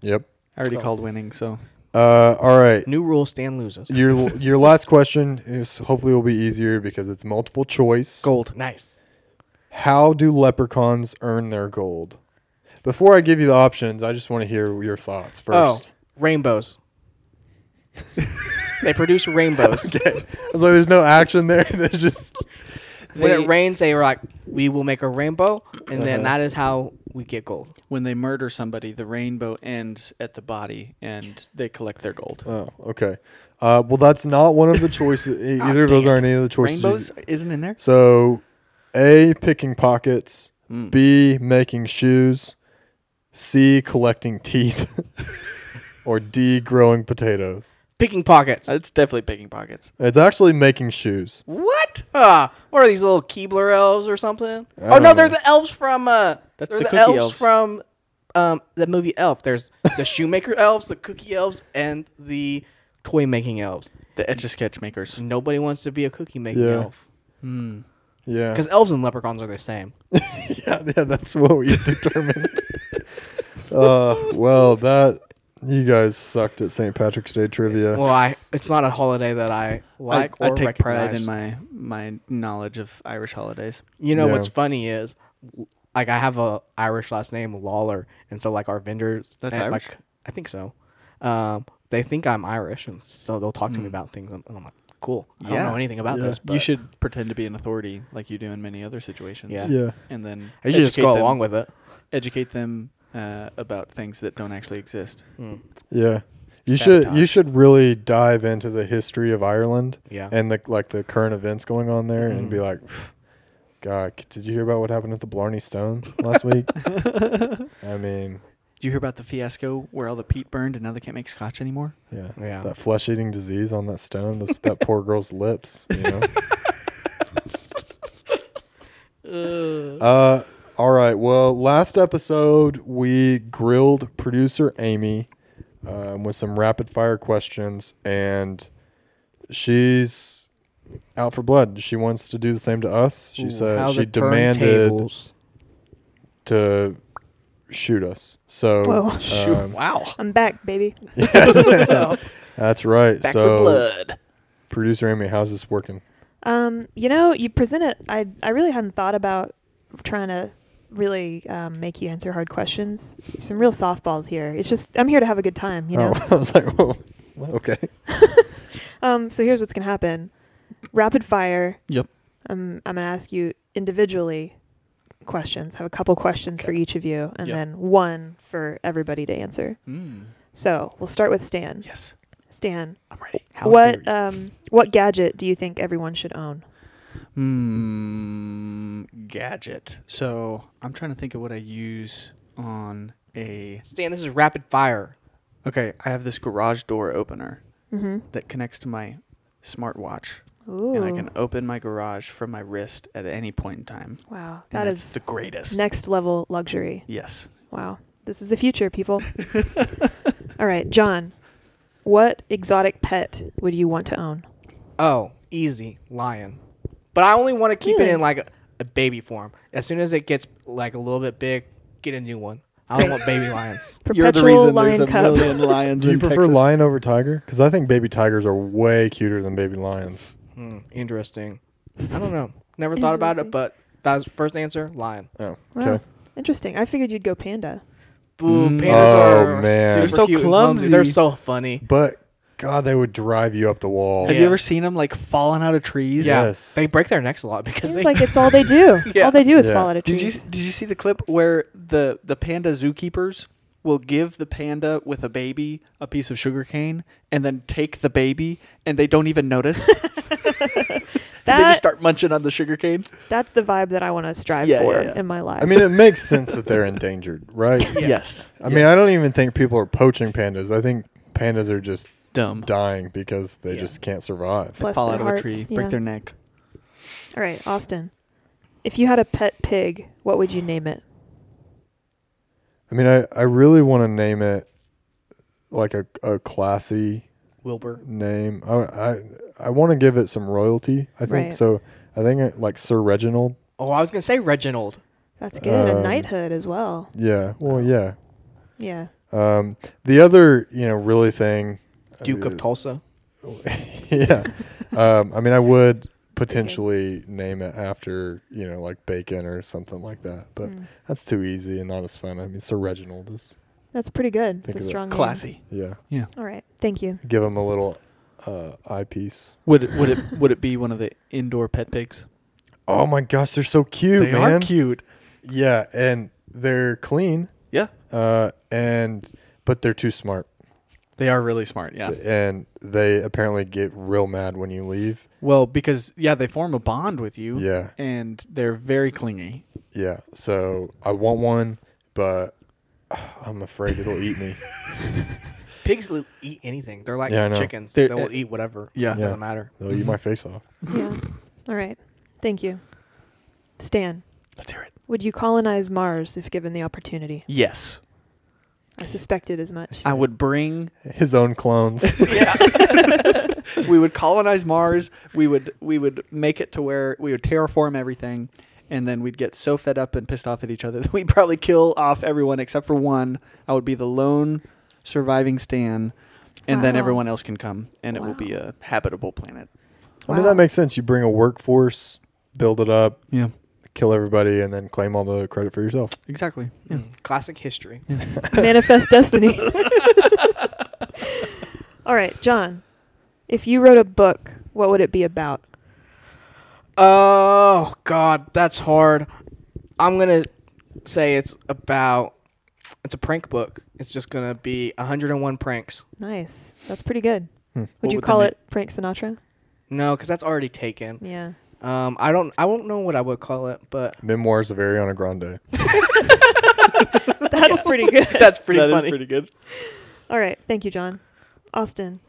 Yep.
I already
So-
called winning, so
Uh. All right.
New rule: Stan loses.
Your your last question is hopefully will be easier because it's multiple choice.
gold.
Nice.
How do leprechauns earn their gold? Before I give you the options, I just want to hear your thoughts first.
Oh, rainbows. they produce rainbows.
I was like, there's no action there. There's just
When
They-
it rains, they were like, "We will make a rainbow," and then that is how we get gold.
When they murder somebody, the rainbow ends at the body, and they collect their gold.
Oh, okay. Uh, well, that's not one of the choices. e-
Ah,
Either of those
damn.
aren't any of the choices. you-
Rainbows isn't in there.
So, A, picking pockets.
Hmm.
B, making shoes. C, collecting teeth. or D, growing potatoes.
Picking pockets.
Uh, It's definitely picking pockets.
It's actually making shoes.
What? Ah, what are these little Keebler elves or something?
I
Oh no,
don't
they're
know.
the elves from uh,
That's the
they're the,
cookie
elves,
elves.
from um the movie Elf. There's the shoemaker elves, the cookie elves, and the toy making elves.
The etch a sketch makers.
Nobody wants to be a cookie making
Yeah.
elf
Yeah.
because elves and leprechauns are the same.
yeah, yeah, that's what we determined. uh, well, that you guys sucked at St. Patrick's Day trivia.
Well, I it's not a holiday that I like
I, I
or
take
recognize.
pride in my my knowledge of Irish holidays.
You know
Yeah.
what's funny is, like, I have a Irish last name Lawler, and so like our vendors,
That's
they-
Irish?
Like, I think so. Um, they think I'm Irish, and so they'll talk to me about things, and and I'm like, cool. I
Hmm. Yeah.
don't know anything about
Yeah.
this. But
you should pretend to be an authority like you do in many other situations.
Yeah.
yeah.
And then
I should just
educate
go
them-
along with it.
educate them uh, about things that don't actually exist.
Hmm.
Yeah. You should
Sabotage.
you should really dive into the history of Ireland.
Yeah.
And the like the current events going on there and be like "Pff, God, c- did you hear about what happened at the Blarney Stone last week? I mean,
Do you hear about the fiasco where all the peat burned and now they can't make scotch anymore?
yeah,
Yeah.
that flesh-eating disease on that stone, those, that poor girl's lips. You know. Uh, all right. Well, last episode we grilled producer Amy um, with some rapid fire questions, and she's out for blood. She wants to do the same to us. She said she demanded to shoot us. So
Whoa.
um,
wow.
I'm back, baby.
that's right.
Back
so
for blood.
producer Amy, how's this working?
Um, you know, you present it. I I really hadn't thought about trying to really um, make you answer hard questions. Some real softballs here. It's just I'm here to have a good time. You know.
Oh, I was like, whoa, okay.
Um. So here's what's gonna happen. Rapid fire.
Yep.
Um. I'm gonna ask you individually questions. Have a couple questions for each of you, and
Yeah.
then one for everybody to answer.
Mm.
So we'll start with Stan.
Yes,
Stan,
I'm ready.
How
what
dare
um what gadget do you think everyone should own?
Mm, gadget. So I'm trying to think of what I use on a.
Stan, this is rapid fire.
Okay, I have this garage door opener
Mm-hmm.
that connects to my smartwatch,
Ooh.
and I can open my garage from my wrist at any point in time. And
wow. That
that's
is
the greatest.
next level luxury.
yes.
Wow. This is the future, people. All right, John. What exotic pet would you want to own?
Oh, easy lion. But I only want to keep
Really?
it in like a, a baby form. As soon as it gets like a little bit big, get a new one. I don't want baby lions.
Perpetual lion cub.
lions
Do you prefer lion over tiger? Because I think baby tigers are way cuter than baby lions.
Hmm, interesting. I don't know. Never thought about it,
Interesting.
but that was first answer. Lion.
Oh,
Wow.
okay.
Interesting. I figured you'd go panda.
Boo,
Mm.
pandas
Oh,
are
man.
super
They're so
cute and clumsy. They're
clumsy.
so funny.
But God, they would drive you up the wall.
Have
Yeah.
you ever seen them like falling out of trees?
Yeah. Yes.
They break their necks a lot because
Seems
they
like it's all they do.
Yeah.
All they do is
Yeah.
fall out of
Did you
trees.
did you see the clip where the the panda zookeepers will give the panda with a baby a piece of sugar cane and then take the baby and they don't even notice? they
That-
just start munching on the sugar cane.
That's the vibe that I want to strive
Yeah,
for
yeah, yeah.
in my life.
I mean, it makes sense that they're endangered, right?
Yes.
I mean, I don't even think people are poaching pandas. I think pandas are just
Dumb.
dying because they
Yeah.
just can't survive.
Bless
Fall
their
out of
hearts,
a tree,
yeah.
break their neck.
All right, Austin. If you had a pet pig, what would you name it?
I mean, I, I really want to name it like a, a classy
Wilbur.
name. I I, I want to give it some royalty. I think
Right.
so. I think it, like Sir Reginald.
Oh, I was gonna say Reginald.
That's good.
Um,
a knighthood as well.
Yeah. Well, yeah.
Yeah.
Um, the other, you know, really thing. uh,
Duke of Tulsa.
yeah. Um, I mean, I would potentially name it after, you know, like bacon or something like that, but that's too easy and not as fun. I mean, Sir Reginald is,
That's pretty good. It's
Think
a
of it.
strong name.
Classy.
yeah.
Yeah.
All right. Thank you.
Give him a little uh, eyepiece.
Would it, would it would it be one of the indoor pet pigs?
Oh my gosh, they're so cute,
they
man.
are cute.
Yeah, and they're clean,
Yeah.
uh, and but they're too smart,
They are really smart, yeah.
and they apparently get real mad when you leave.
Well, because yeah, they form a bond with you.
Yeah.
And they're very clingy.
Yeah, so I want one, but I'm afraid it'll eat me.
Pigs will eat anything. They're like
Yeah, I know.
chickens.
They're-
they will eat whatever.
Yeah.
It
Yeah.
doesn't matter.
They'll eat my face off.
Yeah. All right. Thank you. Stan,
Let's hear it.
would you colonize Mars if given the opportunity?
Yes.
I suspected as much.
I would bring
His own clones.
we would colonize Mars. We would we would make it to where we would terraform everything, and then we'd get so fed up and pissed off at each other that we'd probably kill off everyone except for one. I would be the lone surviving Stan, and then
Wow.
everyone else can come, and it will
Wow.
be a habitable planet.
I mean,
Wow.
that makes sense. You bring a workforce, build it up,
Yeah,
kill everybody, and then claim all the credit for yourself.
exactly. Yeah.
Mm. Classic history.
Manifest destiny. All right, John. If you wrote a book, what would it be about?
Oh God, that's hard. I'm gonna say it's about. It's a prank book. It's just gonna be 101 pranks.
Nice. That's pretty good.
Hmm.
Would
What
you
would the
call
na-
it Frank Sinatra?
No, because that's already taken.
Yeah.
Um, I don't. I won't know what I would call it, but
Memoirs of Ariana Grande.
That's pretty good.
that's pretty funny.
pretty good.
All right. Thank you, John. Austin,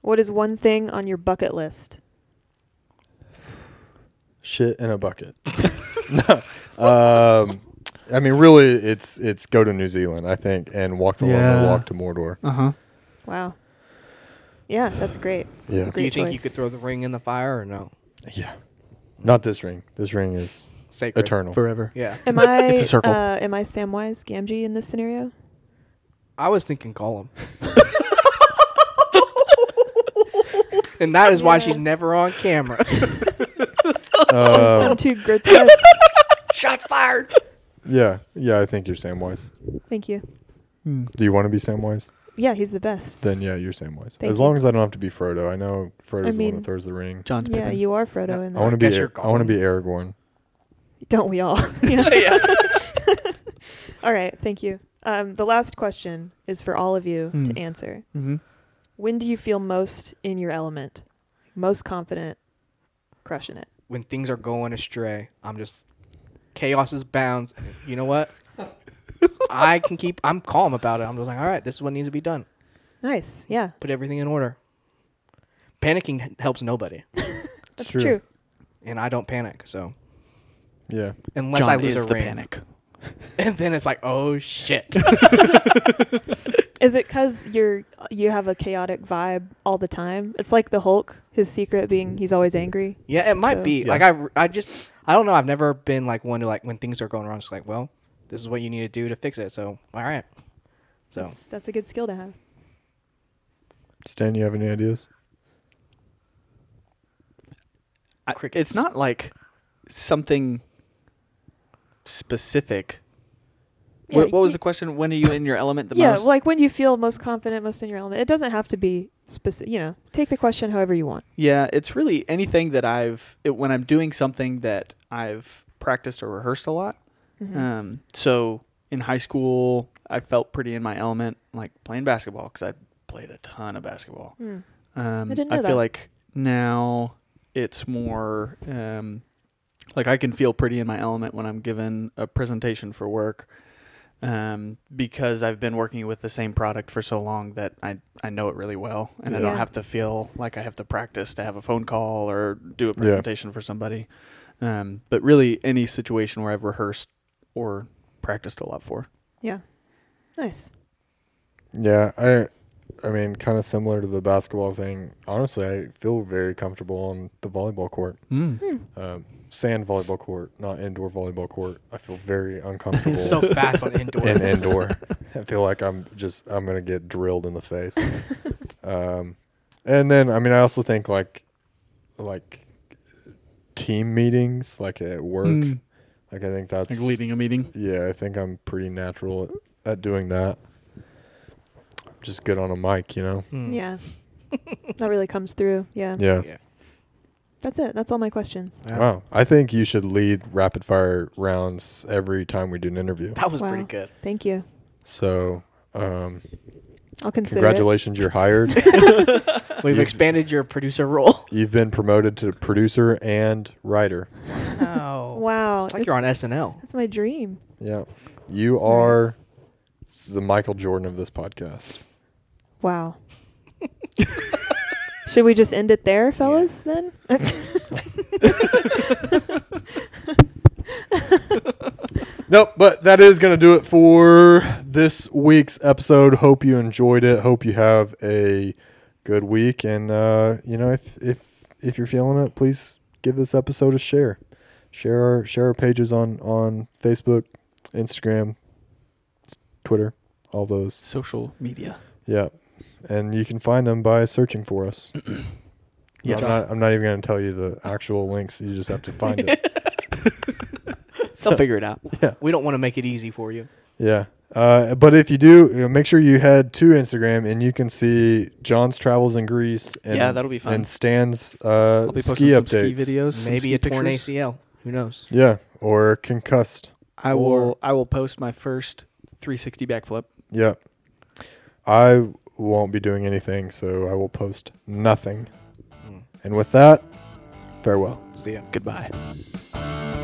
what is one thing on your bucket list?
Shit in a bucket. no. Um, I mean, really, it's it's go to New Zealand, I think, and walk the long
Yeah.
walk to Mordor.
Uh huh.
Wow. Yeah, that's great. That's
Yeah. Do
a
you
great
Do you think you
choice.
could throw the ring in the fire or no?
Yeah. Not this ring. This ring is
Sacred.
eternal.
Forever.
Yeah.
Am I?
It's a circle.
Uh, am I Samwise Gamgee in this scenario?
I was thinking Gollum. and that is why
Yeah.
she's never on camera.
Uh,
Oh.
Sound too grotesque.
Shots fired.
yeah. Yeah, I think you're Samwise.
Thank you.
Hmm.
Do you want to be Samwise?
Yeah, he's the best.
Then yeah, you're Samwise.
Thank
as long
you.
as I don't have to be Frodo. I know Frodo's
I
the one
mean-
that throws the ring.
John's
yeah,
Pippin.
you are Frodo in
I want to
that.
be
guess you're
I want to
Gollum.
be Aragorn.
Don't we all?
Yeah.
all right. Thank you. Um, the last question is for all of you
Hmm.
to answer.
Mhm.
When do you feel most in your element, most confident, crushing it?
When things are going astray, I'm just chaos is bounds. You know what?
Uh,
I can keep. I'm calm about it. I'm just like, all right, this is what needs to be done.
Nice. Yeah,
Put everything in order. Panicking h- helps nobody,
that's
True.
true.
and I don't panic. So
Yeah.
unless
John
I lose
is
a
the
ring,
panic.
and then it's like, oh shit.
Is it because you're you have a chaotic vibe all the time? It's like the Hulk. His secret being he's always angry.
Yeah, it might
So-
be.
Yeah.
Like I, I just, I don't know. I've never been like one to like when things are going wrong. It's like, well, this is what you need to do to fix it. So, all right. So
That's, that's a good skill to have.
Stan, you have any ideas?
I-
Crickets.
it's not like something specific.
Yeah,
what, what was
you-
the question? When are you in your element the
yeah,
most?
like when you feel most confident, most in your element. It doesn't have to be specific. You know, take the question however you want.
yeah, it's really anything that I've it, when I'm doing something that I've practiced or rehearsed a lot.
Mm-hmm.
Uh.
Um, so in high school, I felt pretty in my element, like playing basketball because I played a ton of basketball.
Mm.
Um,
I didn't know
feel
that.
like now it's more um, like I can feel pretty in my element when I'm given a presentation for work um, because I've been working with the same product for so long that I, I know it really well and I don't
Yeah.
have to feel like I have to practice to have a phone call or do a
Yeah.
presentation for somebody. Um, but really, any situation where I've rehearsed or practiced a lot for.
Yeah, nice.
Yeah, I I mean, kind of similar to the basketball thing. Honestly, I feel very comfortable on the volleyball court.
Hmm.
Um, sand volleyball court, not indoor volleyball court. I feel very uncomfortable
so fast on indoor.
in indoor. I feel like I'm just I'm gonna get drilled in the face. um, and then I mean, I also think like like team meetings, like at work.
Mm.
Like I think that's
Like leading a meeting.
yeah, I think I'm pretty natural at, at doing that. Just good on a mic, you know.
Hmm.
Yeah, that really comes through. Yeah.
Yeah.
Yeah.
that's it. That's all my questions.
Yeah.
Wow. I think you should lead rapid fire rounds every time we do an interview.
That was
Wow.
pretty good.
Thank you.
So, um,
I'll consider. it.
congratulations, you're hired.
We've
You've-
expanded your producer role.
You've been promoted to producer and writer.
Wow.
Wow,
It's like you're on SNL.
Oh. That's my dream.
Yeah. You are the Michael Jordan of this podcast.
Wow. Should we just end it there, fellas? Then.
Nope, but that is going to do it for this week's episode. Hope you enjoyed it. Hope you have a good week and uh, you know if if if you're feeling it, please give this episode a share. Share our share our pages on on Facebook, Instagram, s- Twitter, all those.
Social media.
Yeah. And you can find them by searching for us.
Yes.
I'm, not, I'm not even going to tell you the actual links. You just have to find it.
They'll figure it out.
We don't want to make it easy for you.
Yeah. Uh, but if you do, you know, make sure you head to Instagram and you can see John's travels in Greece. And,
Yeah, that'll be fun.
And Stan's uh,
I'll be posting
ski
some ski
updates.
videos. some
Maybe
ski
a torn
pictures.
ACL. Who knows?
Yeah, or concussed.
I
Or-
will. I will post my first 360 backflip.
Yeah. I won't be doing anything, so I will post nothing. And with that, farewell.
Hmm. See ya.
Goodbye.